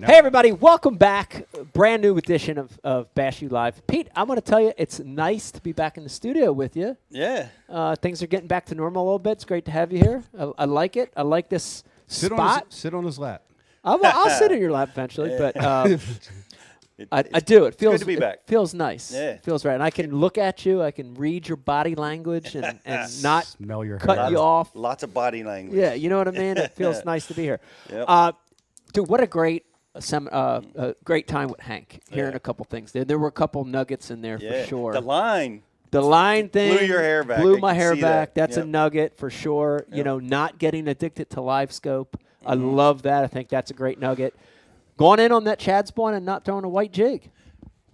now. Hey everybody, welcome back. Brand new edition of, of Bash You Live. Pete, I'm going to tell you, it's nice to be back in the studio with you. Yeah. Uh, things are getting back to normal a little bit. It's great to have you here. I, I like it. I like this Sit on spot. his, sit on his lap. I will, I'll sit in your lap eventually, but um, It- I, I it's- do. It feels good to be it back. feels nice. Yeah. It feels right. And I can look at you. I can read your body language and, and not Smell your cut hair. you off. Lots of body language. Yeah, you know what I mean. It feels nice to be here. Yep. Uh, dude, what a great some uh, a great time with Hank. Hearing Yeah. a couple things there. There were a couple nuggets in there Yeah. for sure. The line. The line thing your hair back. Blew I my can hair see back. that. That's a Yep. nugget for sure. You Yep. know, Mm-hmm. not getting addicted to LiveScope. I love that. I think that's a great nugget. Going in on that Chad's point and not throwing a white jig.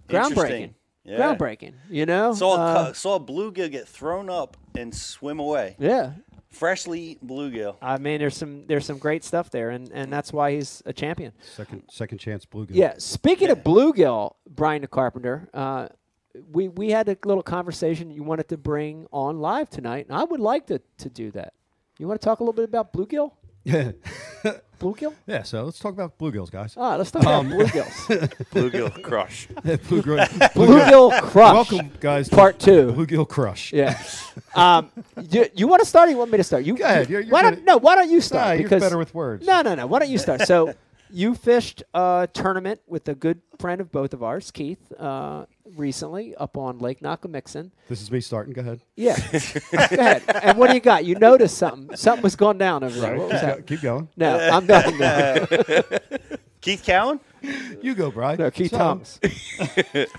Groundbreaking. Interesting. Yeah. Groundbreaking. You know. Saw Uh, cu- saw bluegill get thrown up and swim away. yeah. Freshly eaten bluegill. I mean, there's some there's some great stuff there, and and that's why he's a champion. Second, second chance bluegill. Yeah. Speaking of bluegill, Brian the Carpenter, uh, we we had a little conversation you wanted to bring on live tonight, and I would like to to do that. You want to talk a little bit about bluegill? Yeah. Bluegill? yeah. So let's talk about bluegills, guys. Ah, let's talk Um, about bluegills. Bluegill crush. Bluegill. Bluegill crush. Welcome, guys. to Part two. Bluegill crush. Yeah. Um, you you want to start? Or you want me to start? You, Go ahead. you- You're- you're why good don't at- no? Why don't you start? Nah, you're because better with words. No, no, no. Why don't you start? So you fished a tournament with a good friend of both of ours, Keith, uh, recently up on Lake Nakamixon. This is me starting. Go ahead. Yeah. Go ahead. And what do you got? You noticed something. Something was going down over there. Right. What Keep, was go- that? keep going. No, I'm done. now. Keith Cowan? You go, Brian. No, Keith So- Thomas. Go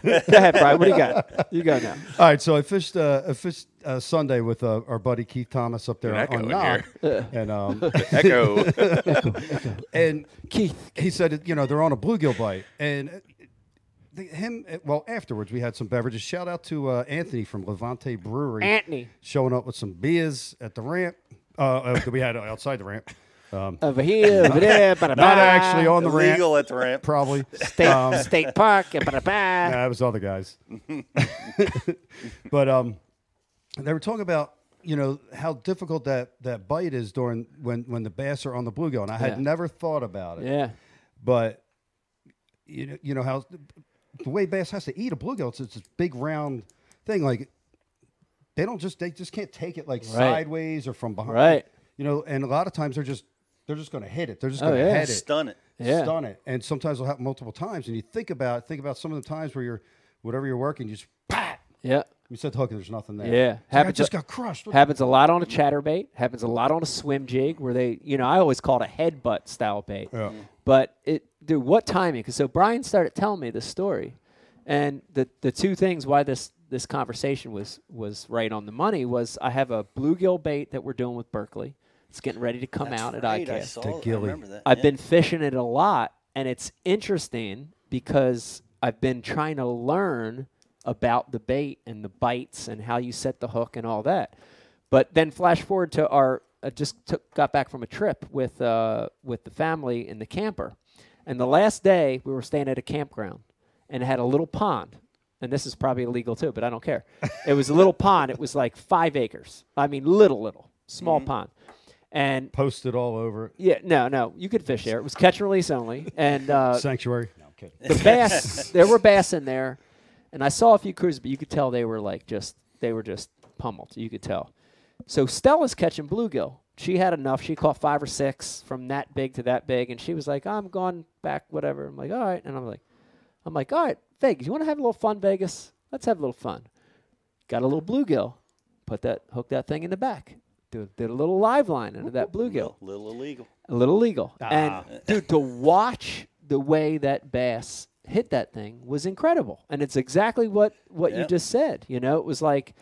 ahead, Brian. What do you got? You go now. All right, so I fished uh, I fished uh, Sunday with uh, our buddy Keith Thomas up there An echo on in Knob, and um, Echo. and Keith. he said that, you know they're on a bluegill bite and. uh, The, him uh, well afterwards we had some beverages. Shout out to uh, Anthony from Levante Brewery. Anthony. showing up with some beers at the ramp. Uh, uh, that we had outside the ramp. Um, Over here, over there. Not not actually on the ramp, Illegal at the ramp. probably. State, State Park. ba-da-ba. Nah, it was other guys. but um, they were talking about you know how difficult that that bite is during when when the bass are on the bluegill, and I had Yeah. never thought about it. Yeah. But you know, you know how the way bass has to eat a bluegill, it's, it's this big round thing. Like they don't just they just can't take it like sideways or from behind. Right. You know, and a lot of times they're just they're just going to hit it. They're just Oh, going to yeah. head it Stun it. Yeah. stun it. And sometimes it'll happen multiple times. And you think about think about some of the times where you're whatever you're working, you just pat. Yeah. You set the hook and there's nothing there. Yeah. It's like, I Happens just to- got crushed. What- Happens a lot on a chatterbait. Happens a lot on a swim jig where they, you know, I always call it a headbutt style bait. Yeah. But it, dude, what timing? 'Cause so Brian started telling me this story, and the the two things why this this conversation was was right on the money was I have a bluegill bait that we're doing with Berkeley. It's getting ready to come out at right, ICAST. I saw I gilly. remember that. I've yeah. been fishing it a lot, and it's interesting because I've been trying to learn about the bait and the bites and how you set the hook and all that. But then flash forward to our I just took got back from a trip with uh, with the family in the camper, and the last day we were staying at a campground and it had a little pond. And this is probably illegal too, but I don't care. it was a little pond. It was like five acres. I mean, little, little, small Mm-hmm. pond. And Posted all over it. yeah, no, no. You could fish there. It was catch and release only. And uh, sanctuary. No, I'm kidding. the bass, there were bass in there. And I saw a few crews, but you could tell they were like just, they were just pummeled. You could tell. So Stella's catching bluegill. She had enough. She caught five or six from that big to that big. And she was like, I'm going back, whatever. I'm like, all right. And I'm like, I'm like, all right, Vegas, you want to have a little fun, Vegas? Let's have a little fun. Got a little bluegill. Put that, hook that thing in the back. Did, did a little live line into that bluegill little illegal. a little legal. And dude, to watch the way that bass hit that thing was incredible. And it's exactly what what you Yeah. just said. You know, it was like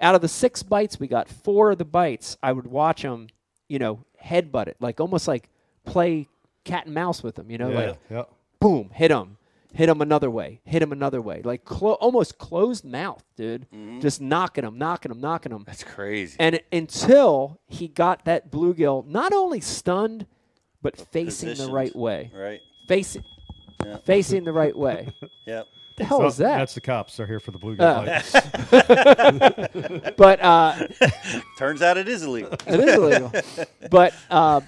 out of the six bites we got, four of the bites I would watch them, you know, headbutt it, like almost like play cat and mouse with them. You know, Yeah. like yeah. boom, hit him, hit him another way, hit him another way, like clo- almost closed mouth, dude, just knocking him, knocking him, knocking him. That's crazy. And it- until he got that bluegill not only stunned, but facing the Positioned, right way. Right. Facing Yeah. facing the right way. Yep. the hell was that? That's the cops. They're here for the bluegill. bites. But uh, Turns out it is illegal. it is illegal. But uh,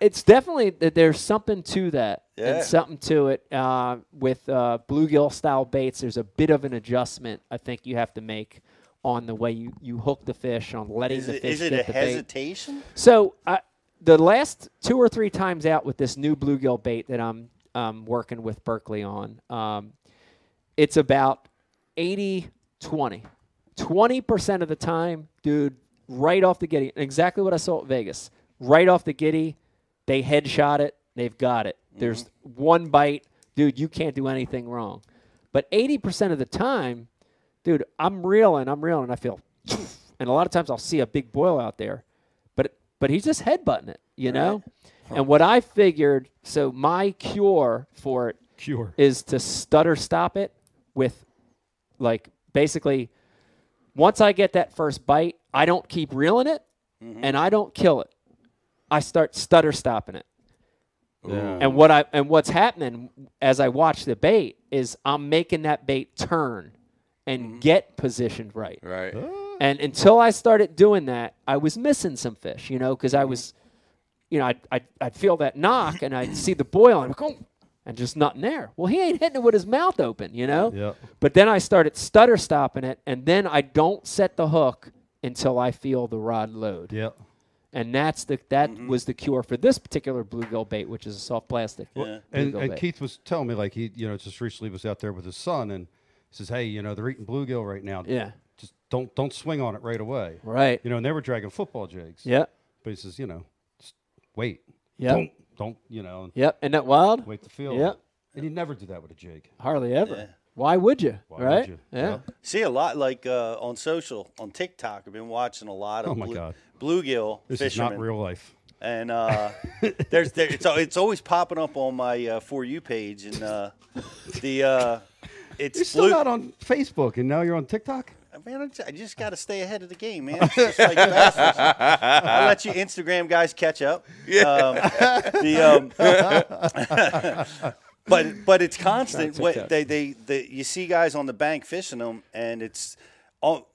it's definitely that there's something to that Yeah. and something to it uh, with uh, bluegill style baits there's a bit of an adjustment i think you have to make on the way you, you hook the fish on letting Is the it, fish is it get a the bait. hesitation? So I the last two or three times out with this new bluegill bait that I'm um, working with Berkeley on, um, it's about 80 20. 20% of the time, dude, right off the giddy, exactly what I saw at Vegas. Right off the giddy, they headshot it, they've got it. There's one bite, dude, you can't do anything wrong. But 80% of the time, dude, I'm reeling, I'm reeling, and I feel, and a lot of times I'll see a big boil out there, but but he's just headbutting it, you know. And what I figured, so my cure for it Cure. is to stutter stop it with, like, basically, once I get that first bite, I don't keep reeling it, and I don't kill it. I start stutter stopping it. And what I and what's happening as I watch the bait is I'm making that bait turn and get positioned right. Right. And until I started doing that, I was missing some fish, you know, because I was, you know, I'd, I'd, I'd feel that knock and I'd see the boil and I'd go, and just nothing there. Well, he ain't hitting it with his mouth open, you know? Yeah. But then I started stutter stopping it, and then I don't set the hook until I feel the rod load. Yeah. And that's the that Mm-hmm. was the cure for this particular bluegill bait, which is a soft plastic. Yeah. And, bluegill and bait. Keith was telling me like he, you know, just recently was out there with his son and he says, "Hey, you know, they're eating bluegill right now. Yeah. Just don't don't swing on it right away. Right. You know, and they were dragging football jigs. Yep. But he says, you know, just wait. Yep. Don't don't you know and Yep. Isn't that wild? wait the field. Yep. And you never do that with a jig. Hardly ever. Yeah. Why would you? Why would right? you? Yeah. Yeah. See a lot like uh, on social on TikTok. I've been watching a lot of Oh my blue- God. bluegill This fishermen, is not real life. and uh, there's there, it's al- it's always popping up on my uh, for you page, and uh, the uh, it's You're still blue. not on Facebook and now you're on TikTok? Man, I ju- I just got to stay ahead of the game, man. It's just like bastards. I'll let you Instagram guys catch up. Um, the, um, but but it's constant. What, they, they they you see guys on the bank fishing them, and it's all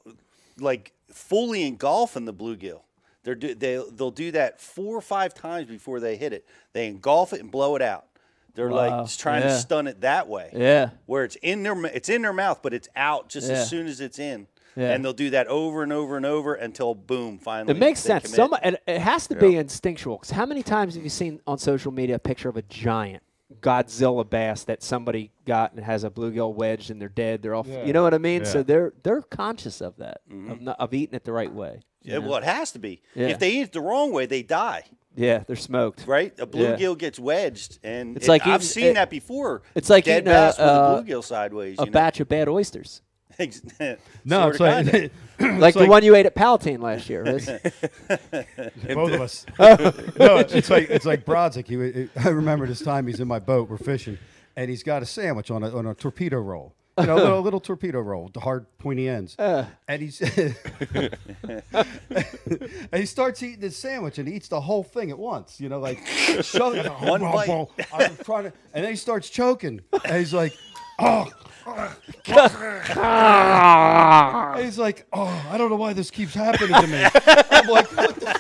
like fully engulfing the bluegill. They're do, they they'll do that four or five times before they hit it. They engulf it and blow it out. They're Wow, like just trying yeah. to stun it that way Yeah. where it's in their it's in their mouth, but it's out just Yeah. as soon as it's in. Yeah. And they'll do that over and over and over until boom, finally. It makes they sense. commit. So mu- and it has to be instinctual. 'cause how many times have you seen on social media a picture of a giant Godzilla bass that somebody got and has a bluegill wedged and they're dead? They're off. You know what I mean? So Yeah. they're they're conscious of that Mm-hmm. of, not, of eating it the right way. Yeah, well, it has to be. Yeah. If they eat it the wrong way, they die. Yeah, they're smoked. Right? A bluegill gets wedged, and It's it- like I've eating- seen it- that before. it's like dead eating a- bass uh, with a bluegill sideways. A you know? batch of bad oysters, Ex- No, Sort of, it's kinda. like like the like- one you ate at Palatine last year. right? both of us. no, it's like it's like Brodzik. He, wa- I remember this time he's in my boat. We're fishing, and he's got a sandwich on a on a torpedo roll. You know, a little, little torpedo roll, the hard pointy ends. Uh. and he's and he starts eating his sandwich and he eats the whole thing at once. You know, like shoving One bite. I'm trying to, and then he starts choking. And he's like, oh. And he's like, oh, I don't know why this keeps happening to me. I'm like, what the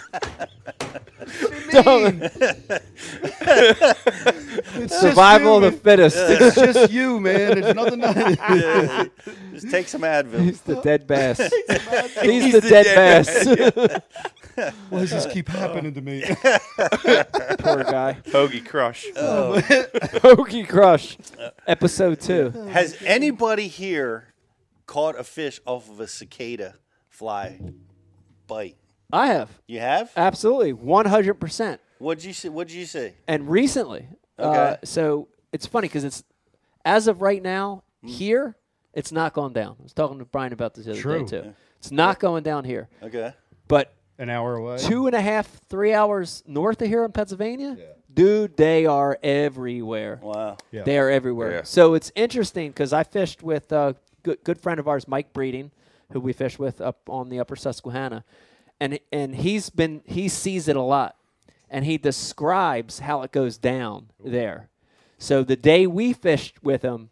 It's just Survival of you, the fittest. man. It's just you, man. There's nothing. I- Just take some Advil. He's the dead bass. He's, the, dead, bass. Why does this keep happening to me? Poor guy. Hoagie crush. Oh. Pokey Crush, episode two. Has anybody here caught a fish off of a cicada fly bite? I have You have? absolutely one hundred percent. What'd you see? What'd you see? And recently, uh, Okay. so it's funny because it's as of right now here, it's not going down. I was talking to Brian about this the other True. day too. It's not going down here, Okay. but An hour away. two and a half, three hours north of here in Pennsylvania, dude, they are everywhere. Wow. Yeah. They are everywhere. Yeah. So it's interesting because I fished with a good, good friend of ours, Mike Breeding, who we fish with up on the Upper Susquehanna, and and he's been he sees it a lot, and he describes how it goes down there. So the day we fished with him,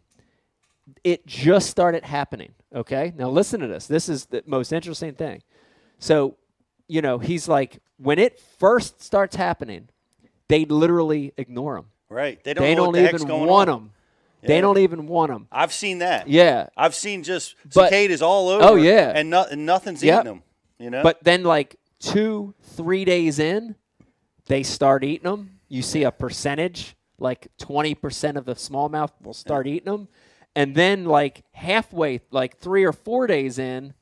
it just started happening. Okay, now listen to this. This is the most interesting thing. So, you know, he's like, when it first starts happening, they literally ignore them. Right. They don't. They know don't what the heck's even going want on. them. They don't even want them. I've seen that. Yeah. I've seen just But- cicadas all over. Oh, yeah. and, no, and nothing's Yep. eating them. You know. But then, like two, three days in, they start eating them. You see a percentage, like 20% of the smallmouth will start eating them. And then, like halfway, like three or four days in,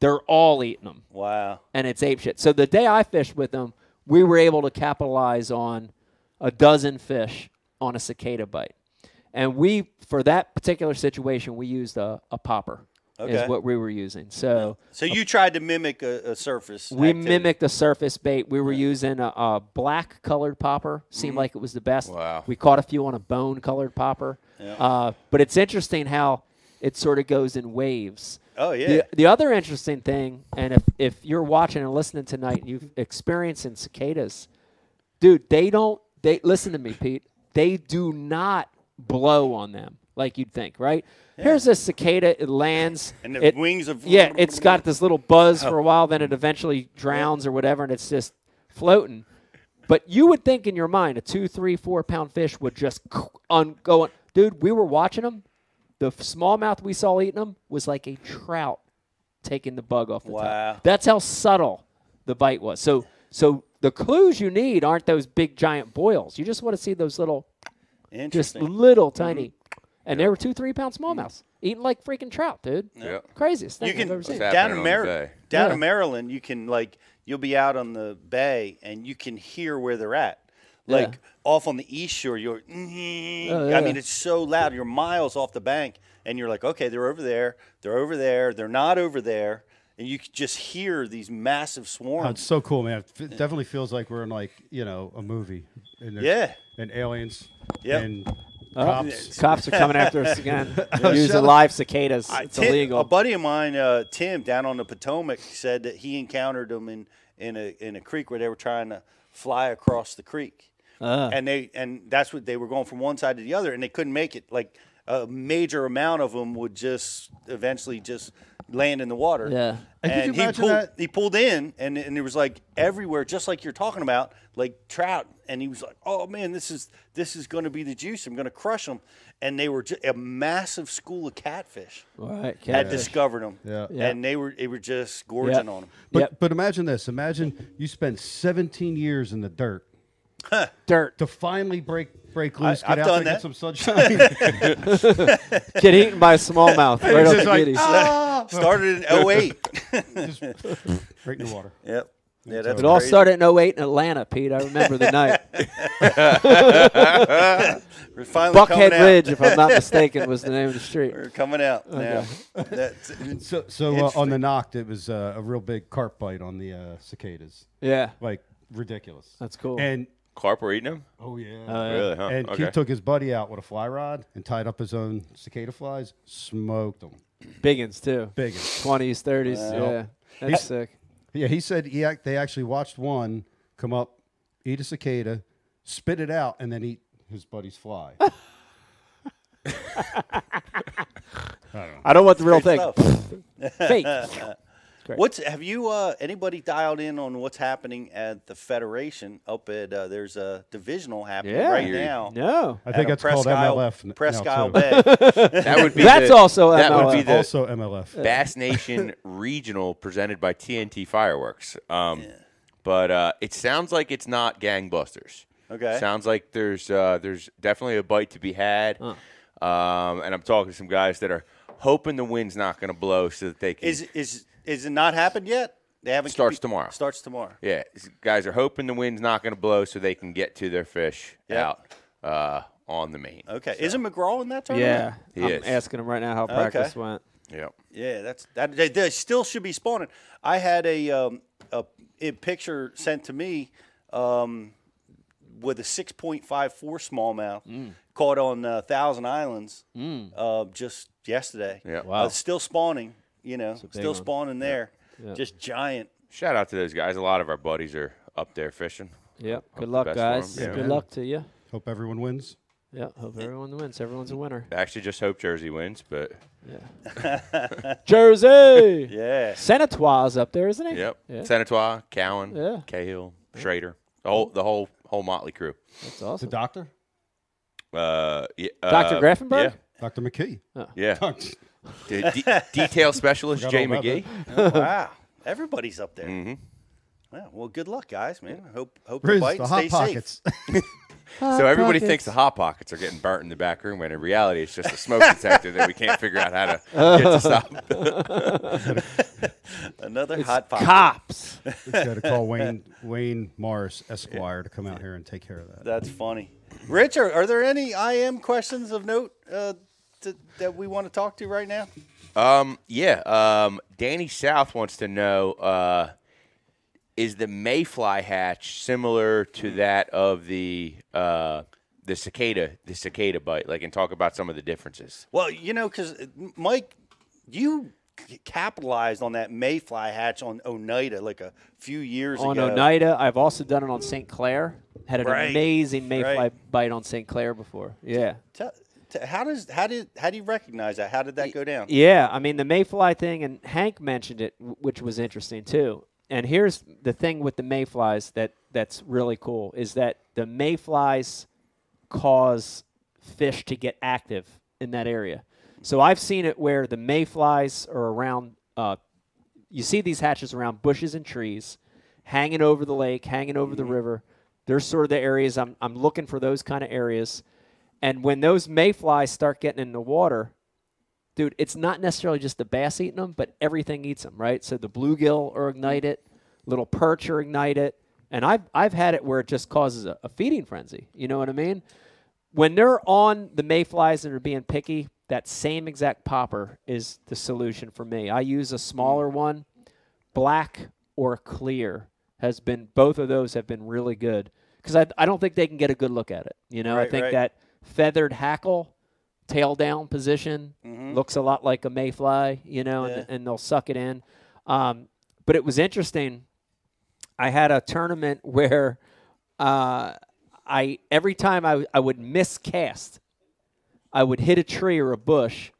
they're all eating them. wow. And it's apeshit. So the day I fished with them, we were able to capitalize on a dozen fish on a cicada bite. And we, for that particular situation, we used a, a popper, Okay. is what we were using. So. So you tried to mimic a, a surface. We activity. mimicked the surface bait. We were using a, a black colored popper. Seemed Mm-hmm. like it was the best. Wow. We caught a few on a bone colored popper. Uh, but it's interesting how it sort of goes in waves. Oh yeah. The, the other interesting thing, and if, if you're watching and listening tonight and you've experiencing cicadas, dude, they don't they listen to me, Pete. They do not blow on them like you'd think, right? Here's a cicada, it lands And the it- wings of Yeah, it's got this little buzz Oh. for a while, then it eventually drowns or whatever and it's just floating. But you would think in your mind a two, three, four pound fish would just on going. Dude, we were watching them. The f- smallmouth we saw eating them was like a trout taking the bug off the Wow. top. That's how subtle the bite was. So, so the clues you need aren't those big giant boils. You just want to see those little, just Interesting. Mm-hmm. Mm. little tiny, and they were two, three pound smallmouths eating like freaking trout, dude. Yeah. Craziest thing you can I've ever seen. happening down on in the Maryland. bay? Down Yeah. in Maryland, you can like you'll be out on the bay and you can hear where they're at. Like off on the east shore, you're. mm-hmm. Oh, I mean, it's so loud. You're miles off the bank, and you're like, okay, they're over there. They're over there. They're not over there. And you could just hear these massive Oh, it's swarms. so cool, man. It definitely feels like we're in like you know a movie. And there's- Yeah. And aliens. Yep. And Oh, cops. Cops are coming after us again. shut Using up. live cicadas. I- It's Tim- illegal. A buddy of mine, uh, Tim, down on the Potomac, said that he encountered them in, in a in a creek where they were trying to fly across the creek, Ah. and they and that's what they were going from one side to the other, and they couldn't make it. Like a major amount of them would just eventually just land in the water. Yeah. And could you And he imagine pulled that? he pulled in, and and it was like everywhere, just like you're talking about, like trout. And he was like, "Oh man, this is this is going to be the juice. I'm going to crush them." And they were ju- a massive school of catfish All right, had catfish. discovered them. Yeah. Yeah. And they were they were just gorging Yeah. on them. But Yep. but imagine this. Imagine you spend 17 years in the dirt dirt to finally break break loose, get I've out done there, that. get some sunshine. It's get eaten by a smallmouth right off the just like, giddies. ah! Started in 08. Just right in the water. yep. Yeah, that's It all crazy. started in 08 in Atlanta, Pete. I remember the night. We're finally coming Buckhead out. Ridge, if I'm not mistaken, was the name of the street. We're coming out now. That's, So, so uh, on the Noct, it was uh, a real big carp bite on the uh, cicadas, Yeah. like ridiculous. That's cool. And Carp were eating them? Uh, oh yeah, really, huh? and okay. Keith took his buddy out with a fly rod and tied up his own cicada flies, smoked them. Biggins, too. Biggins. 20s, 30s. Yeah. That's sick. Yeah, he said he act, they actually watched one come up, eat a cicada, spit it out, and then eat his buddy's fly. I don't want the real thing. stuff. Fake. What's have you uh, anybody dialed in on what's happening at the Federation up at uh, there's a divisional happening Yeah. right now. No. I think at that's a Presque called Isle- MLF. n- now, Presque too. Isle Bay. That would be That's the- also that would MLF. be the also MLF. Bass Nation Regional presented by TNT Fireworks. Um, But uh, it sounds like it's not gangbusters. Okay. Sounds like there's uh, there's definitely a bite to be had. Um, and I'm talking to some guys that are hoping the wind's not going to blow so that they can. is is is it not happened yet? They haven't Starts compu- tomorrow. Starts tomorrow. yeah, s- guys are hoping the wind's not going to blow so they can get to their fish Yeah. out uh, on the main. Okay. Isn't McGraw in that tournament? Yeah. He I'm is. asking him right now how practice went. Yep. Yeah, that's that. They, they still should be spawning. I had a um, a, a picture sent to me um, with a six point five four smallmouth caught on uh, Thousand Islands uh, just yesterday. Yeah. Wow. Uh, still spawning. You know, still one. spawning there. Just giant. Shout out to those guys. A lot of our buddies are up there fishing. Yep. the Good luck, best for 'em. guys. Yeah, Good man. luck to you. Hope everyone wins. Yeah. Hope everyone wins. Everyone's a winner. I actually just hope Jersey wins, but Jersey. Yeah. Senatoire's up there, isn't he? yep. Yeah. Senatois, Cowan, Yeah. Cahill, Schrader, the whole the whole whole motley crew. That's The awesome. doctor? Uh, yeah, Dr. uh, Graffenberg? Dr. McKee. Yeah, yeah. Doctor- De- de- detail specialist Forgot Jay all about McGee. Oh, wow, everybody's up there. Yeah, well, good luck, guys, man. Hope hope the Mm-hmm. Riz, bite the stay Hot Pockets. So everybody Pockets. thinks the hot pockets are getting burnt in the back room, when in reality it's just a smoke detector that we can't figure out how to get to stop. safe. Another hot pocket. Cops. Got to call Wayne Wayne Morris Esquire to come out here and take care of that. That's funny. Rich, are, are there any IM questions of note uh, to, that we want to talk to right now? Um, yeah. Um, Danny South wants to know: uh, Is the mayfly hatch similar to that of the uh, the cicada the cicada bite? Like, and talk about some of the differences. Well, you know, because Mike, you c- capitalized on that mayfly hatch on Oneida like a few years on ago. Oneida. I've also done it on St. Clair. Had an Right. amazing mayfly Right. bite on St. Clair before. Yeah. Tell- t- how does how did how do you recognize that? How did that go down? Yeah, I mean the mayfly thing, and Hank mentioned it, w- which was interesting too. And here's the thing with the mayflies that that's really cool is that the mayflies cause fish to get active in that area. So I've seen it where the mayflies are around. Uh, you see these hatches around bushes and trees, hanging over the lake, hanging over Mm-hmm. the river. They're sort of the areas I'm I'm looking for those kind of areas. And when those mayflies start getting in the water, dude, it's not necessarily just the bass eating them, but everything eats them, right? So the bluegill are ignited, little perch are ignited, and I've I've had it where it just causes a, a feeding frenzy. You know what I mean? When they're on the mayflies and are being picky, that same exact popper is the solution for me. I use a smaller one, black or clear has been both of those have been really good because I, I don't think they can get a good look at it. You know, I Right, think right. that feathered hackle, tail down position looks a lot like a mayfly. You know, Mm-hmm. Yeah. and, and they'll suck it in. Um, but it was interesting. I had a tournament where uh, I every time I, I would miscast, I would hit a tree or a bush,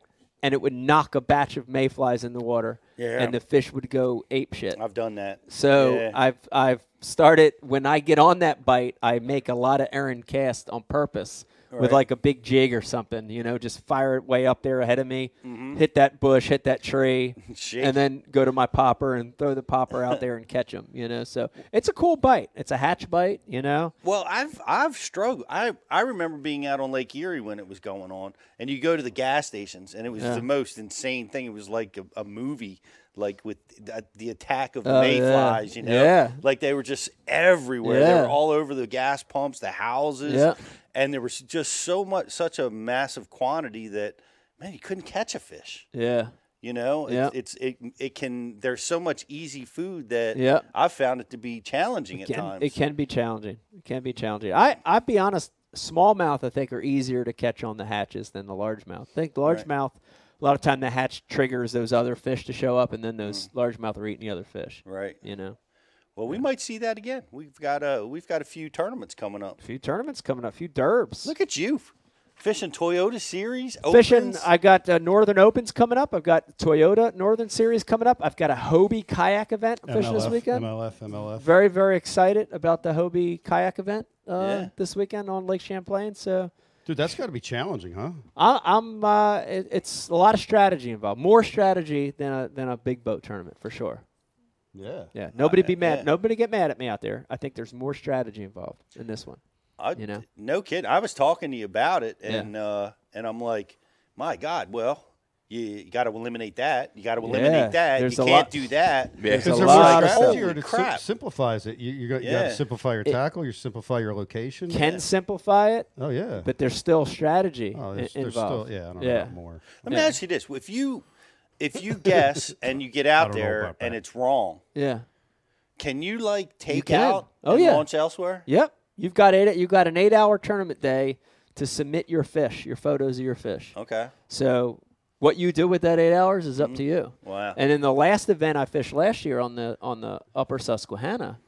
and it would knock a batch of mayflies in the water, Yeah. and the fish would go ape shit. I've done that. So Yeah. I've I've started when I get on that bite, I make a lot of errand cast on purpose with Right. like a big jig or something, you know, just fire it way up there ahead of me, Mm-hmm. hit that bush, hit that tree, Shake it. and then go to my popper and throw the popper out there and catch them, you know. So it's a cool bite. It's a hatch bite, you know. Well, I've I've struggled. I I remember being out on Lake Erie when it was going on, and you go to the gas stations, and it was the most insane thing. It was like a, a movie, like with the, the attack of Oh, yeah. mayflies. You know, Yeah. like they were just everywhere. They Yeah. were all over the gas pumps, the houses, Yeah. and there was just so much, such a massive quantity that man, you couldn't catch a fish. Yeah. You know, It- Yeah. it's it it can. There's so much easy food that Yeah. I found it to be challenging at can- times. It can be challenging. It can be challenging. I I'd be honest. Smallmouth, I think, are easier to catch on the hatches than the largemouth. I think the largemouth, a lot of time the hatch triggers those other fish to show up, and then those largemouth are eating the other fish. Mm. Right. You know, Well, we might see that again. We've got a we've got a few tournaments coming up. a few tournaments coming up, a few derbs. Look at you, fishing Toyota Series. Fishing, Opens. I got uh, Northern Opens coming up. I've got Toyota Northern Series coming up. I've got a Hobie kayak event I'm fishing this MLF, weekend. MLF, MLF. Very, very excited about the Hobie kayak event uh, Yeah. this weekend on Lake Champlain. So Dude, that's got to be challenging, huh? I, I'm. Uh, it, it's a lot of strategy involved. More strategy than a than a big boat tournament for sure. Yeah. Yeah. Nobody be mad. yeah. Nobody get mad at me out there. I think there's more strategy involved in this one. I- you know. no kid. I was talking to you about it, and uh, and I'm like, my God. Well, you, got to eliminate that. You got to eliminate Yeah, that. there's you a can't lot- do that. There's a Is there more lot of strategy stuff. or Holy it sim- crap. simplifies it? You, you, got, you have Yeah. to simplify your tackle, you simplify your location. Can simplify it, oh, yeah. but there's still strategy oh, i- there's, there's still, involved. yeah, I don't know about more. Let me Yeah. ask you this: if you if you guess and you get out don't know there about that. and it's wrong, Yeah. can you like take can. out Oh, and yeah. launch elsewhere? Yep. You've got eight. You've got an eight-hour tournament day to submit your fish, your photos of your fish. Okay. So what you do with that eight hours is up to you. Mm-hmm. Wow. And in the last event I fished last year on the on the upper Susquehanna,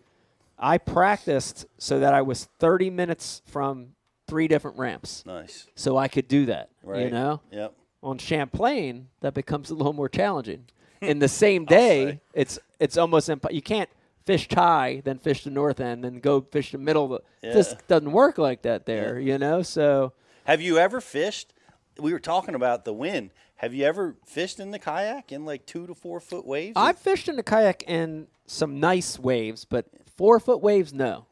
I practiced so that I was thirty minutes from three different ramps. Nice. So I could do that. Right. You know? Yep. On Champlain, that becomes a little more challenging. In the same day, it's it's almost impo- you can't fished high, then fish the north end, then go fish the middle. This doesn't work like that there, you know. So Have you ever fished? We were talking about the wind. Have you ever fished in the kayak in like two to four foot waves? I've fished in a kayak in some nice waves, but four foot waves, no.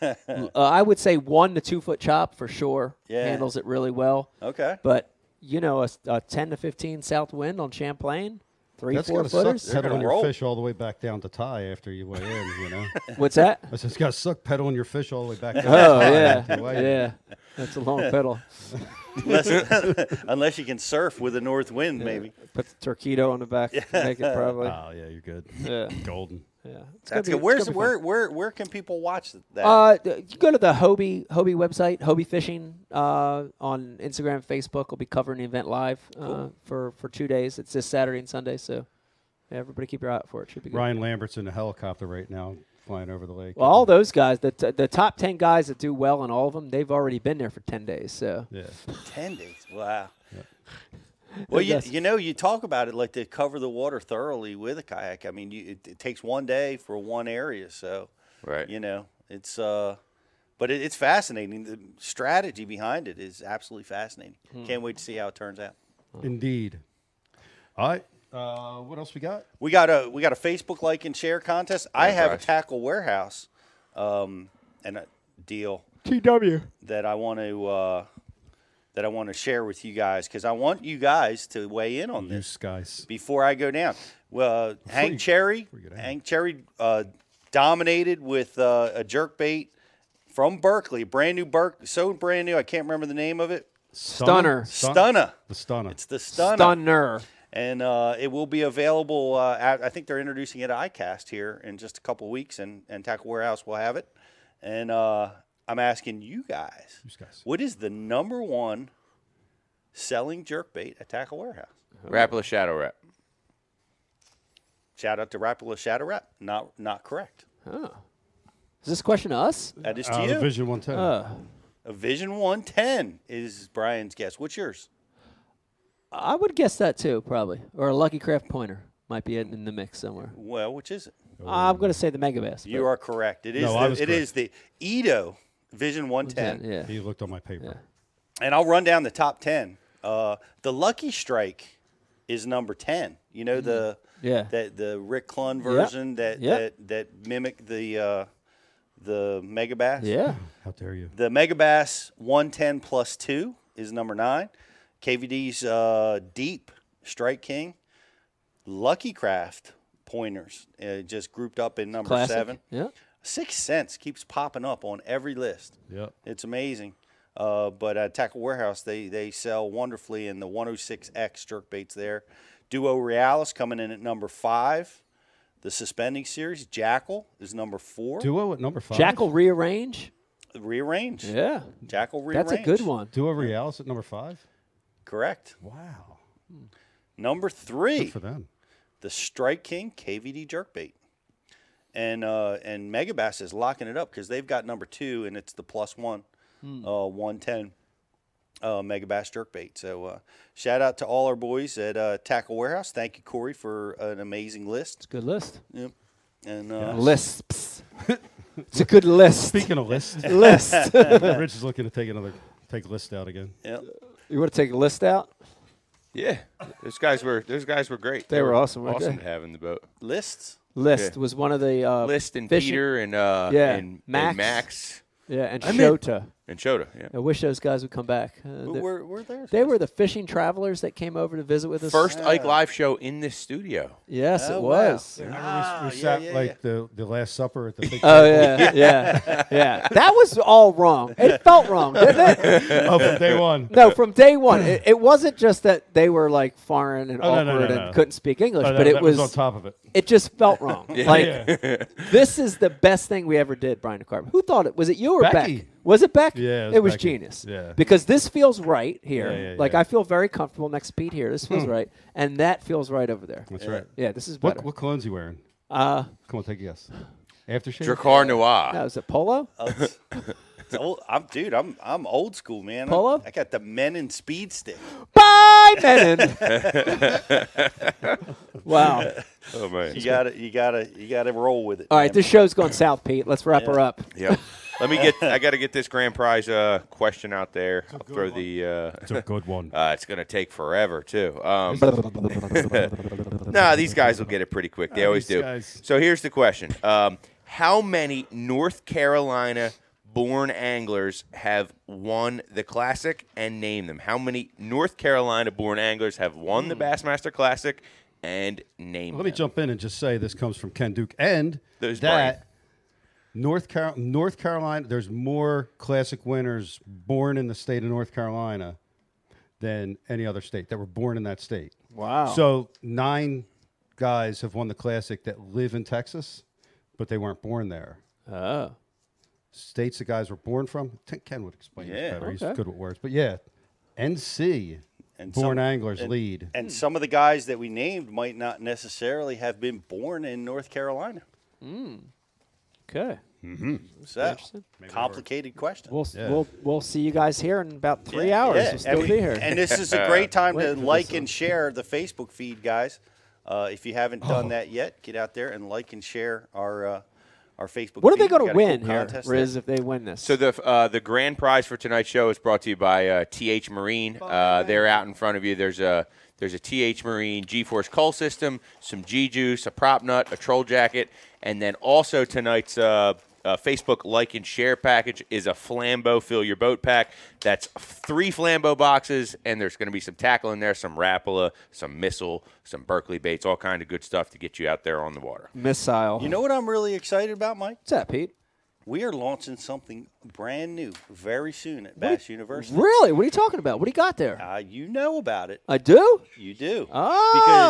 uh, I would say one to two foot chop for sure. Yeah. Handles it really well. Okay. But, you know, a, s- a 10 to 15 south wind on Champlain, three, That's four gotta suck footers. pedaling roll. your fish all the way back down to tie after you weigh in. You know, What's that? I said it's gotta suck pedaling your fish all the way back down. Oh, to tie yeah. after you weigh in. yeah. That's a long pedal. unless, unless you can surf with a north wind, maybe. Put the torpedo on the back. Make it probably. Oh yeah, you're good. Yeah. Golden. Yeah. It's gonna That's be- good. it's gonna Where's be fun. where where where can people watch that? Uh, th- you go to the Hobie Hobie website, Hobie Fishing uh, on Instagram, Facebook. We'll be covering the event live uh, for for two days. It's this Saturday and Sunday, so yeah, everybody keep your eye out for it. Should be good. Ryan Lambert's in a helicopter right now, flying over the lake. Well, all those guys, the t- the top ten guys that do well in all of them, they've already been there for ten days. So yeah. Ten days. Wow. Well, you, That's- you know, you talk about it like to cover the water thoroughly with a kayak. I mean, you, it, it takes one day for one area, so Right. You know, it's uh, but it, it's fascinating. The strategy behind it is absolutely fascinating. Can't wait to see how it turns out. Indeed. All right. Uh, what else we got? We got a we got a Facebook like and share contest. I Yeah, have gosh. a tackle warehouse, um, and a deal TW. that I want to uh, that I want to share with you guys because I want you guys to weigh in on You this guys. before I go down. Well, uh, Hank you- Cherry, before you go down. Hank Cherry uh, dominated with uh, a jerk bait from Berkeley, brand new Berk, so brand new I can't remember the name of it. Stunner. Stunner. The stunner. It's the stunner, Stunner. and uh, it will be available. Uh, at, I think they're introducing it at ICAST here in just a couple weeks, and and Tackle Warehouse will have it. And uh, I'm asking you guys, These guys. what is the number one selling jerk bait at Tackle Warehouse? Rapala Shadow Rap. Shout out to Rapala Shadow Rap. Not not correct. Is this a question to us? That is to Uh, you. the Vision 110. Oh. A Vision 110 is Brian's guess. What's yours? I would guess that too, probably, or a Lucky Craft pointer might be in, in the mix somewhere. Well, which is it? I'm gonna say the Mega Bass. You are correct. It is No, the, I was it correct. is the Edo Vision 110. yeah. He looked on my paper. And I'll run down the top 10. Uh, the Lucky Strike is number 10. You know the Mm-hmm. Yeah. that the Rick Klun version that Yep. that that mimicked the uh, the Mega Bass. Yeah. How dare you? The Megabass 110 plus 2 is number 9. KVD's uh, Deep Strike King. Lucky Craft pointers uh, just grouped up in number Classic. 7. Yeah. Six Sense keeps popping up on every list. Yep. It's amazing. Uh, but at Tackle Warehouse, they, they sell wonderfully in the 106X jerk baits there. Duo Realis coming in at number 5. The Suspending Series, Jackal, is number 4. Duo at number five. Jackal rearrange. Rearrange. Yeah. Jackal Rearrange. That's a good one. Duo Realis at number five. Correct. Wow. Number Good three, for them. the Strike King KVD jerkbait, and uh, and Megabass is locking it up because they've got number two and it's the plus one, Hmm. uh, one ten, uh, Megabass jerkbait. So uh, shout out to all our boys at uh, Tackle Warehouse. Thank you, Corey, for an amazing list. Good list. Yep. And uh, Lisps. it's a good list. Speaking of lists, list. Rich is looking to take another take list out again. yep. you want to take a list out? Yeah. Those guys were those guys were great. They were awesome, weren't awesome they? to have in the boat. lists. List Yeah. was one of the uh, List and fishing- Peter and uh Yeah, and Max. and, Max Yeah, and I mean- Shota. and Shoda. Yeah. I wish those guys would come back. Uh, Who they- were, were there? they were the fishing travelers that came over to visit with us. First Ike live show in this studio. Yes, Oh, it wow. was. Ah, we yeah, sat yeah, like yeah. the the Last Supper at the big Oh yeah, yeah, yeah. That was all wrong. It felt wrong, didn't it? oh, from day one. No, from day one, it, it wasn't just that they were like foreign and Oh, no, awkward no, no, and no. couldn't speak English, Oh, no, but it that was, on top of it. it just felt wrong. Like this is the best thing we ever did, Brian DeCarbo. Who thought it? Was it you or Becky. Beck? Was it Beck? Yeah, it it was, was Becky. genius. Yeah. because this feels right here. Yeah, yeah, like yeah. I feel very comfortable next beat here. This feels right, and that feels right over there. That's right. Yeah, this is better. What what clones you wearing? Uh, Come on, take a guess. Aftershave. Dracar Noir. no, is it polo? Oh, it's- it's old- I'm dude. I'm I'm old school, man. Polo? I, I got the men in speed stick. Bye, Menon. Wow. Oh man. You gotta, you gotta, you gotta roll with it. All right, this show's going south, Pete. Let's wrap her up. Yeah. Let me get. I got to get this grand prize uh, question out there. I'll throw the. Uh, It's a good one. uh, it's gonna take forever too. Um, no, these guys will get it pretty quick. They always these do. guys. So here's the question: um, How many North Carolina-born anglers have won the Classic and name them? How many North Carolina-born anglers have won the Bassmaster Classic and name Let them? me jump in and just say this comes from Ken Duke and There's that North Carol- North Carolina. There's more classic winners born in the state of North Carolina than any other state that were born in that state. Wow. So nine guys have won the classic that live in Texas, but they weren't born there. Oh. States the guys were born from. I think Ken would explain Yeah. this better. He's Okay. good with words, but yeah, NC And born some- anglers lead. And some of the guys that we named might not necessarily have been born in North Carolina. Okay. So, complicated question. We'll, we'll we'll see you guys here in about three hours. Yeah, We'll still and, be here. and this is a great time Wait to for this like one. and share the Facebook feed, guys. Uh, if you haven't Oh. done that yet, get out there and like and share our uh, our Facebook. what are they feed. We going to got a cool win here, contest there. Riz, if they win this? So the uh, the grand prize for tonight's show is brought to you by uh, TH Marine. Uh, they're out in front of you. There's a there's a TH Marine G-Force cull system, some G juice, a prop nut, a troll jacket, and then also tonight's. Uh, uh, Facebook like and share package is a Flambeau fill your boat pack. That's three Flambeau boxes, and there's going to be some tackle in there, some Rapala, some missile, some Berkeley baits, all kind of good stuff to get you out there on the water. missile. You know what I'm really excited about, Mike? what's that, Pete? We are launching something brand new very soon at Bass University. Really? What are you talking about? What do you got there? Uh, you know about it. I do. You do.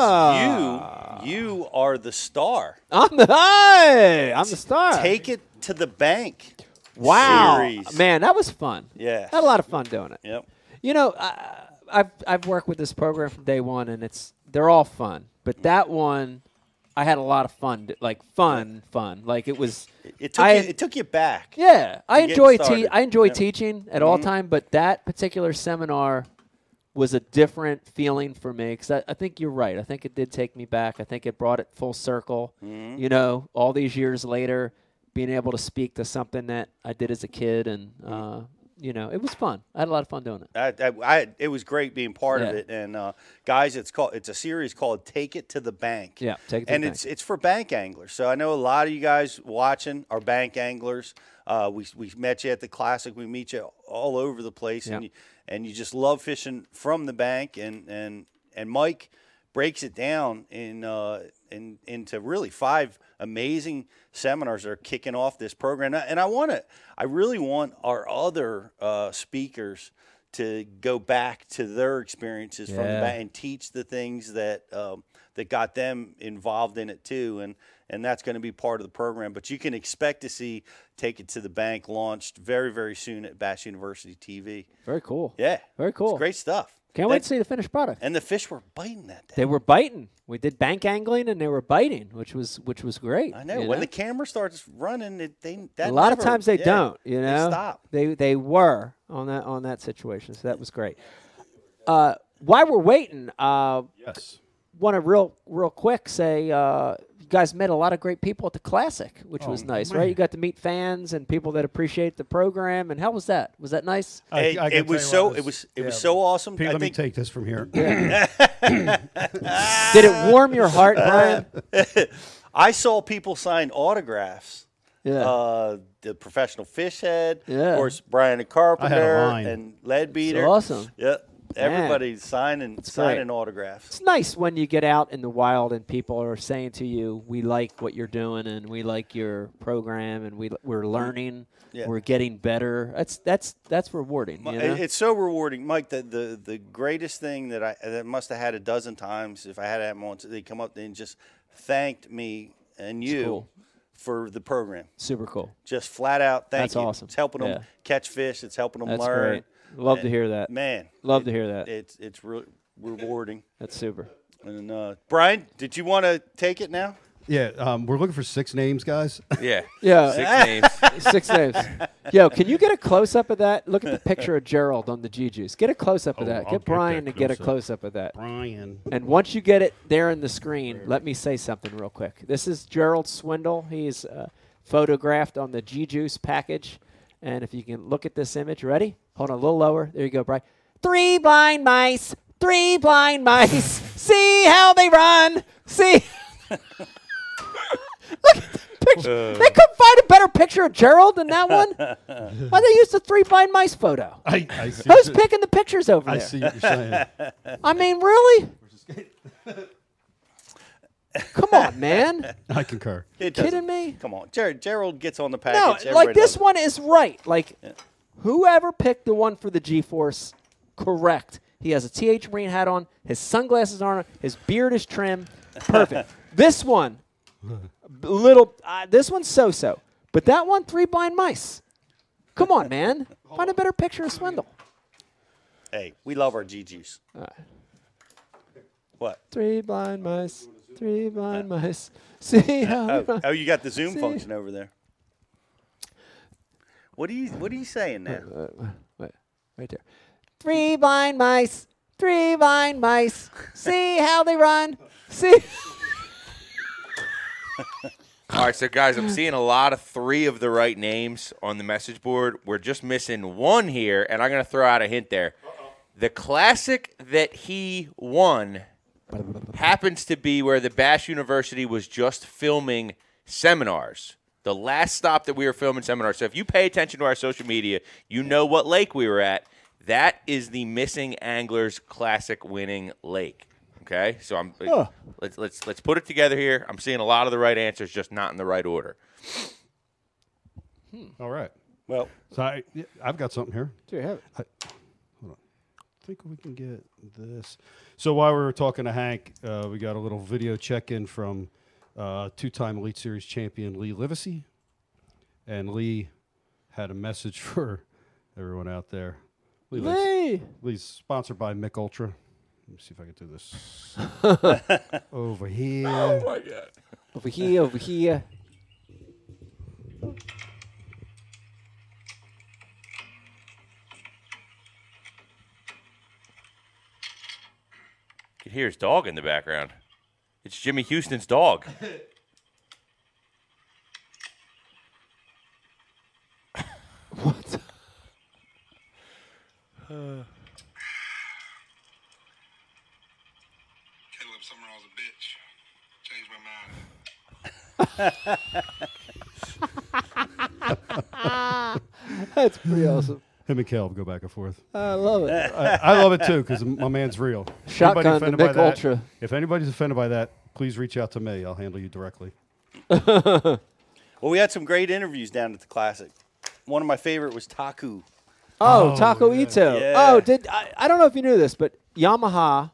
Ah. Because you you are the star. I'm the hey, I'm the star. Take it to the bank. Ah. wow, series. man, that was fun. Yeah. had a lot of fun doing it. Yep. You know, I, I've I've worked with this program from day one, and it's they're all fun. But that one, I had a lot of fun, like fun, fun. Like it was. It took I- you, it took you back. Yeah, I get enjoy te- started. I enjoy Yeah. Mm-hmm. teaching at all time, but that particular seminar was a different feeling for me because I, I think you're right. I think it did take me back. I think it brought it full circle. Mm-hmm. You know, all these years later, being able to speak to something that I did as a kid, and Mm-hmm. uh, you know, it was fun. I had a lot of fun doing it. I, I, I, it was great being part of Yeah. it. And uh, guys, it's called it's a series called Take It to the Bank. Yeah, Take It to and the it's it's for bank anglers. So I know a lot of you guys watching are bank anglers. Uh, we we met you at the classic. We meet you all over the place, and Yeah. you, and you just love fishing from the bank. And and and Mike breaks it down in uh, in into really five amazing seminars that are kicking off this program. And I- And I want to, I really want our other uh, speakers to go back to their experiences from the Yeah. bank and teach the things that um, that got them involved in it too. And and that's going to be part of the program. But you can expect to see take it to the bank launched very very soon at Bass University TV. Very cool. Yeah, Very It's cool. great stuff. Can't wait That- to see the finished product. And the fish were biting that day. They were biting. We did bank angling, and they were biting, which was which was great. I know. you When the camera starts running, it, they that a lot of never- times they yeah, don't. You they know, stop. They they were on that on that situation, so that was great. Uh, while we're waiting, uh, Yes. want to real real quick say uh, you guys met a lot of great people at the classic, which was Oh, nice, right? You got to meet fans and people that appreciate the program, and how was that? Was that nice? I- I it, it gotta tell you was what, so this- it was it yeah. was so awesome. Pete, I let me think take this from here. Did it warm your heart, Brian? I saw people sign autographs. Yeah. Uh, the professional fish head, Yeah. of course, Brian the Carpenter line. and Leadbeater. awesome. Yep. Everybody's signing signing autographs. it's nice when you get out in the wild and people are saying to you, "We like what you're doing, and we like your program, and we we're learning, Mm. Yeah. we're getting better." That's that's that's rewarding. You know? It- It's so rewarding, Mike. The, the the greatest thing that I that must have had a dozen times, if I had had once, they come up and just thanked me and you cool. for the program. Super cool. Just flat out, thank That's you. awesome. It's helping them Yeah. catch fish. It's helping them That's learn. great. Love to hear that. Man, Love to hear that. it's it's re- rewarding. That's super. And uh, Brian, did you want to take it now? Yeah, um, we're looking for six names, guys. Yeah. Yeah. Six names. Six names. Yo, can you get a close up of that? Look at the picture of Gerald on the G Juice. Get a close up of Oh, that. I'll Get get Brian that to get a close close-up. up of that. Brian. And once you get it there in the screen, let me say something real quick. This is Gerald Swindle. He's uh, photographed on the G Juice package. And if you can look at this image, ready? Hold on a little lower. There you go, Brian. Three blind mice. Three blind mice. See how they run. See. Look at the picture. they couldn't find a better picture of Gerald than that one. Why they used the three blind mice photo? I, I see. Who's picking the pictures over I there? see what you're saying. I mean, really? Come on, man. I concur. It doesn't- Kidding me? Come on, Ger- Gerald gets on the No, package. Everybody like this loves one is right. Like whoever picked the one for the G-force, correct. He has a TH Marine hat on, his sunglasses are on, his beard is trim. Perfect. this one b- little uh, this one's so-so. But that one three blind mice. Come on, man. Find a better picture of Swindle. it. Hey, we love our G juice. What? Three blind mice. Three blind mice. See how Oh, oh, you got the zoom See? function over there. What are you What are you saying now? Wait, right there. Three blind mice. Three blind mice. See how they run. See. All right, so guys, I'm seeing a lot of three of the right names on the message board. We're just missing one here, and I'm going to throw out a hint there. The classic that he won happens to be where the Bash University was just filming seminars. The last stop that we were filming seminars. So if you pay attention to our social media, you know what lake we were at. That is the Missing Anglers Classic winning lake. Okay, so I'm let's let's let's put it together here. I'm seeing a lot of the right answers, just not in the right order. All right. Well, So I, yeah, I've got something here. There you have it. I think we can get this. So while we were talking to Hank, uh, we got a little video check-in from uh, two-time Elite Series champion Lee Livesey, and Lee had a message for everyone out there. Lee, Lee's- Hey. Lee's sponsored by Mick Ultra. Let me see if I can do this over here. Over here. Over here. You can hear his dog in the background. It's Jimmy Houston's dog. What? Caleb Summerall's a bitch. Changed my mind. That's pretty awesome. Him and Caleb go back and forth. I love it. I, I love it too because my man's real. Anybody Shotgun to offended by Mick that- Ultra. If anybody's offended by that, please reach out to me. I'll handle you directly. well, we had some great interviews down at the classic. One of my favorite was Taku. Oh, Taco Ito. Yeah. Oh, did I, I don't know if you knew this, but Yamaha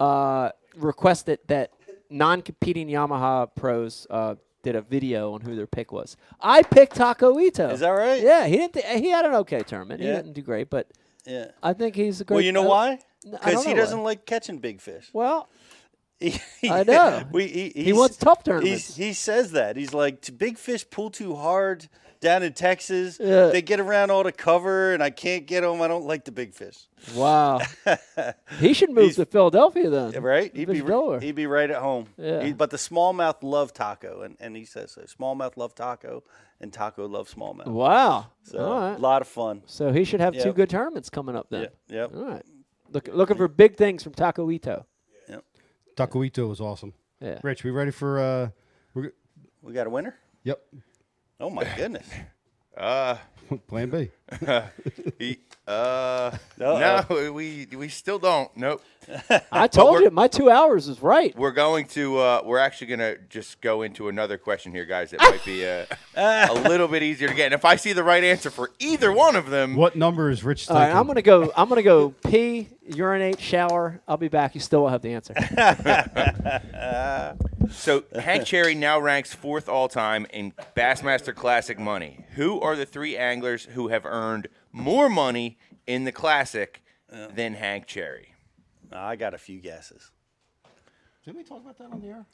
uh, requested that non-competing Yamaha pros uh, did a video on who their pick was. I picked Taco Ito. Is that right? Yeah, he didn't. th- he had an okay tournament. He Yeah. didn't do great, but Yeah. I think he's a great. Well, you know uh, why? n- I Because don't he know doesn't why. like catching big fish. Well, I I know. we, he, He he's- wants tough he's- tournaments. He says that. He's like, "T- big fish pull too hard down in Texas. Yeah. They get around all the cover, and I can't get them. I don't like the big fish. wow. he should move He's- to Philadelphia then. Right? He'd be, Fish Delaware. he'd be right at home. Yeah. He- but the smallmouth love taco, and, and he says so. Smallmouth love taco, and taco love smallmouth. Wow. So, All a right. lot of fun. So he should have two Yep. good tournaments coming up then. Yeah, yep. All right. Look, looking for big things from Taco Ito. Takuito was awesome. Yeah. Rich, we ready for? Uh, we're g- We got a winner? yep, Oh, my goodness. Plan B. He, uh, Uh-oh. no, we we still don't. Nope. I told we're- you my two hours is right. We're going to. Uh, we're actually going to just go into another question here, guys. That might be uh, a little bit easier to get. And if I see the right answer for either one of them, What number is Rich All thinking? right, I'm gonna go. I'm gonna go pee, urinate, shower. I'll be back. You still won't have the answer. So Hank Cherry now ranks fourth all time in Bassmaster Classic money. Who are the three anglers who have earned more money in the classic than Hank Cherry? I got a few guesses. Did we talk about that on the air?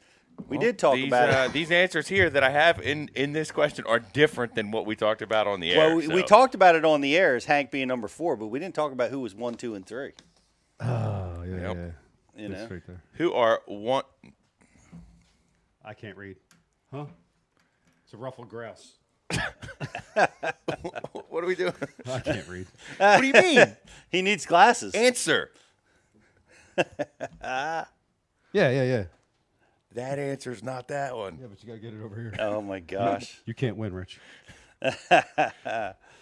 We did talk these, about uh, it. these answers here that I have in, in this question are different than what we talked about on the air. Well, we, we so- talked about it on the air as Hank being number four, but we didn't talk about who was one, two, and three. Oh yeah, Yep. yeah. You know? right there. who are one. I can't read. Huh? It's a ruffled grouse. What are we doing? I can't read. what do you mean? He needs glasses. Answer. Yeah, yeah, yeah. That answer's not that one. Yeah, but you gotta get it over here. oh my gosh. You can't win, Rich.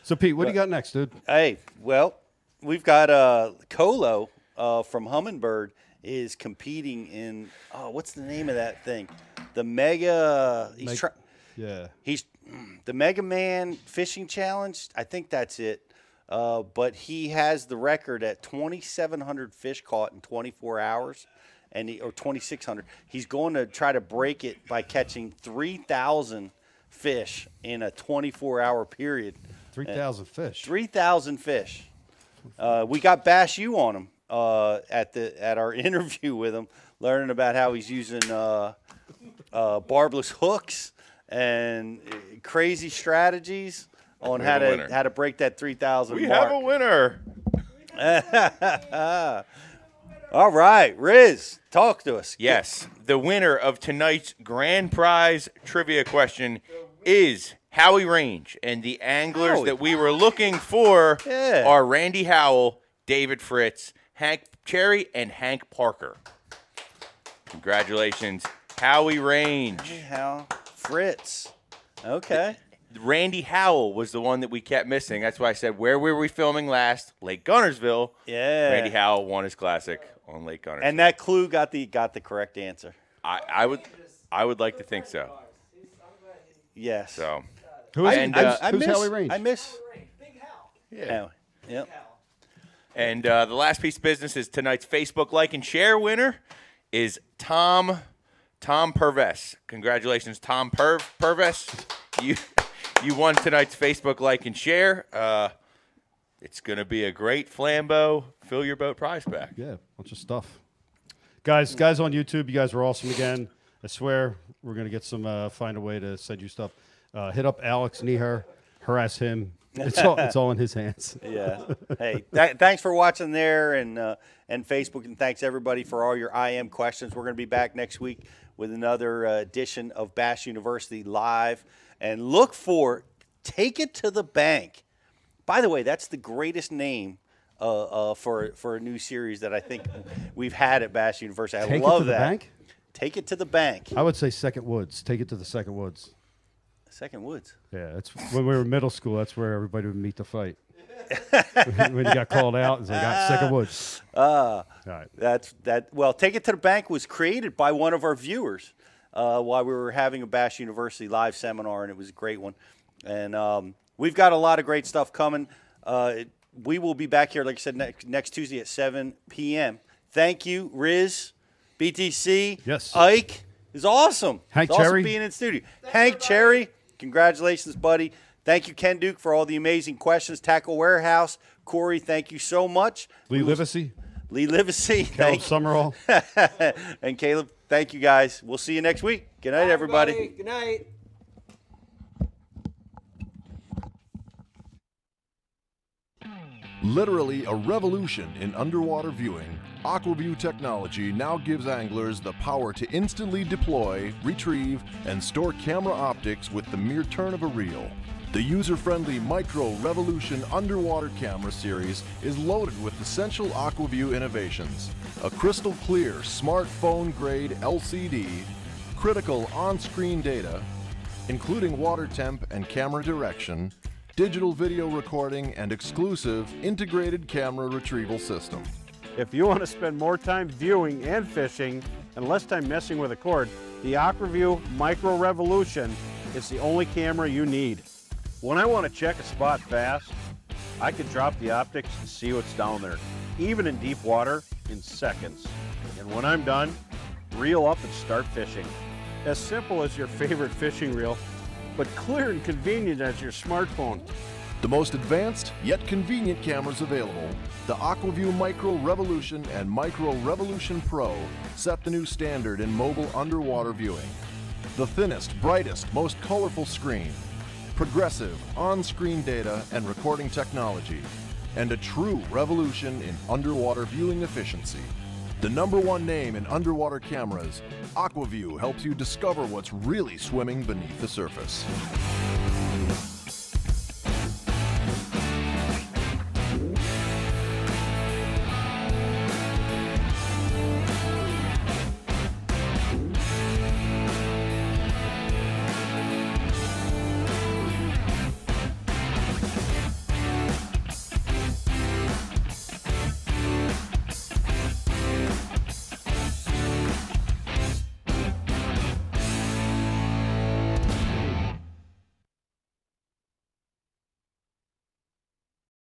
so Pete, what do you got next, dude? Hey, well, we've got uh, Colo uh, from Humminbird is competing in oh, what's the name of that thing? The Mega. He's Meg- try, Yeah. he's mm, the Mega Man Fishing Challenge. I think that's it. Uh, but he has the record at 2,700 fish caught in 24 hours, and he, or 2,600. He's going to try to break it by catching 3,000 fish in a 24-hour period. Three thousand fish. Three thousand fish. Uh, we got Bash you on him uh, at the at our interview with him, learning about how he's using uh, uh, barbless hooks and uh, crazy strategies on We how have a to winner. how to break that three thousand. We mark. have a winner. All right, Riz, talk to us. Yes. The winner of tonight's grand prize trivia question is Howie Range. And the anglers Howie. that we were looking for Yeah. are Randy Howell, David Fritz, Hank Cherry, and Hank Parker. Congratulations, Howie Range. How Fritz? Okay. Randy Howell was the one that we kept missing. That's why I said, where were we filming last? Lake Gunnersville. Yeah. Randy Howell won his classic on Lake Gunnersville. And that clue got the got the correct answer. I, I would I would like to think so. Yes. So Who is And, he? uh, Who's- who's miss, Howie Range? I miss. yeah. Howie. Yep. And uh, the last piece of business is tonight's Facebook like and share winner is Tom Tom Perves. Congratulations, Tom Perv Perves. You you won tonight's Facebook like and share. Uh, it's gonna be a great flambeau fill your boat prize pack. Yeah, bunch of stuff. Guys, guys on YouTube, you guys were awesome again. I swear, we're gonna get some. Uh, find a way to send you stuff. Uh, hit up Alex Neher, harass him. It's all. It's all in his hands. yeah. Hey, th- thanks for watching there and uh, and Facebook, and thanks everybody for all your IM questions. We're going to be back next week with another uh, edition of Bash University Live, and look for "Take It to the Bank." By the way, that's the greatest name. Uh, uh, for for a new series that I think we've had at Bash University, I Take It love to the that. Bank? Take it to the bank. I would say Second Woods. Take it to the Second Woods. Second Woods. Yeah, that's when we were in middle school. That's where everybody would meet to fight. when you got called out, it's like "Ah, Second Woods. Ah. all right. That's that. Well, take it to the bank was created by one of our viewers uh, while we were having a Bash University live seminar, and it was a great one. And um, we've got a lot of great stuff coming. Uh, it, we will be back here, like I said, next, next Tuesday at 7 p.m. Thank you, Riz, BTC, Yes. Ike. It's awesome. Hank it's awesome Cherry. being in studio. Hank Cherry, congratulations, buddy. Thank you, Ken Duke, for all the amazing questions. Tackle Warehouse, Corey, thank you so much. Lee Livesey, Lee Livesey, Carol thank Summerall. and Caleb, thank you guys. We'll see you next week. Good night, everybody. Good night. Literally a revolution in underwater viewing, AquaView technology now gives anglers the power to instantly deploy, retrieve, and store camera optics with the mere turn of a reel. The user friendly Micro Revolution Underwater Camera Series is loaded with essential AquaView innovations a crystal clear smartphone grade LCD, critical on screen data, including water temp and camera direction, digital video recording, and exclusive integrated camera retrieval system. If you want to spend more time viewing and fishing and less time messing with a cord, the AquaView Micro Revolution is the only camera you need. When I want to check a spot fast, I can drop the optics and see what's down there, even in deep water, in seconds. And when I'm done, reel up and start fishing. As simple as your favorite fishing reel, but clear and convenient as your smartphone. The most advanced yet convenient cameras available, the AquaView Micro Revolution and Micro Revolution Pro set the new standard in mobile underwater viewing. The thinnest, brightest, most colorful screen, progressive on screen data and recording technology, and a true revolution in underwater viewing efficiency. The number one name in underwater cameras, AquaView helps you discover what's really swimming beneath the surface.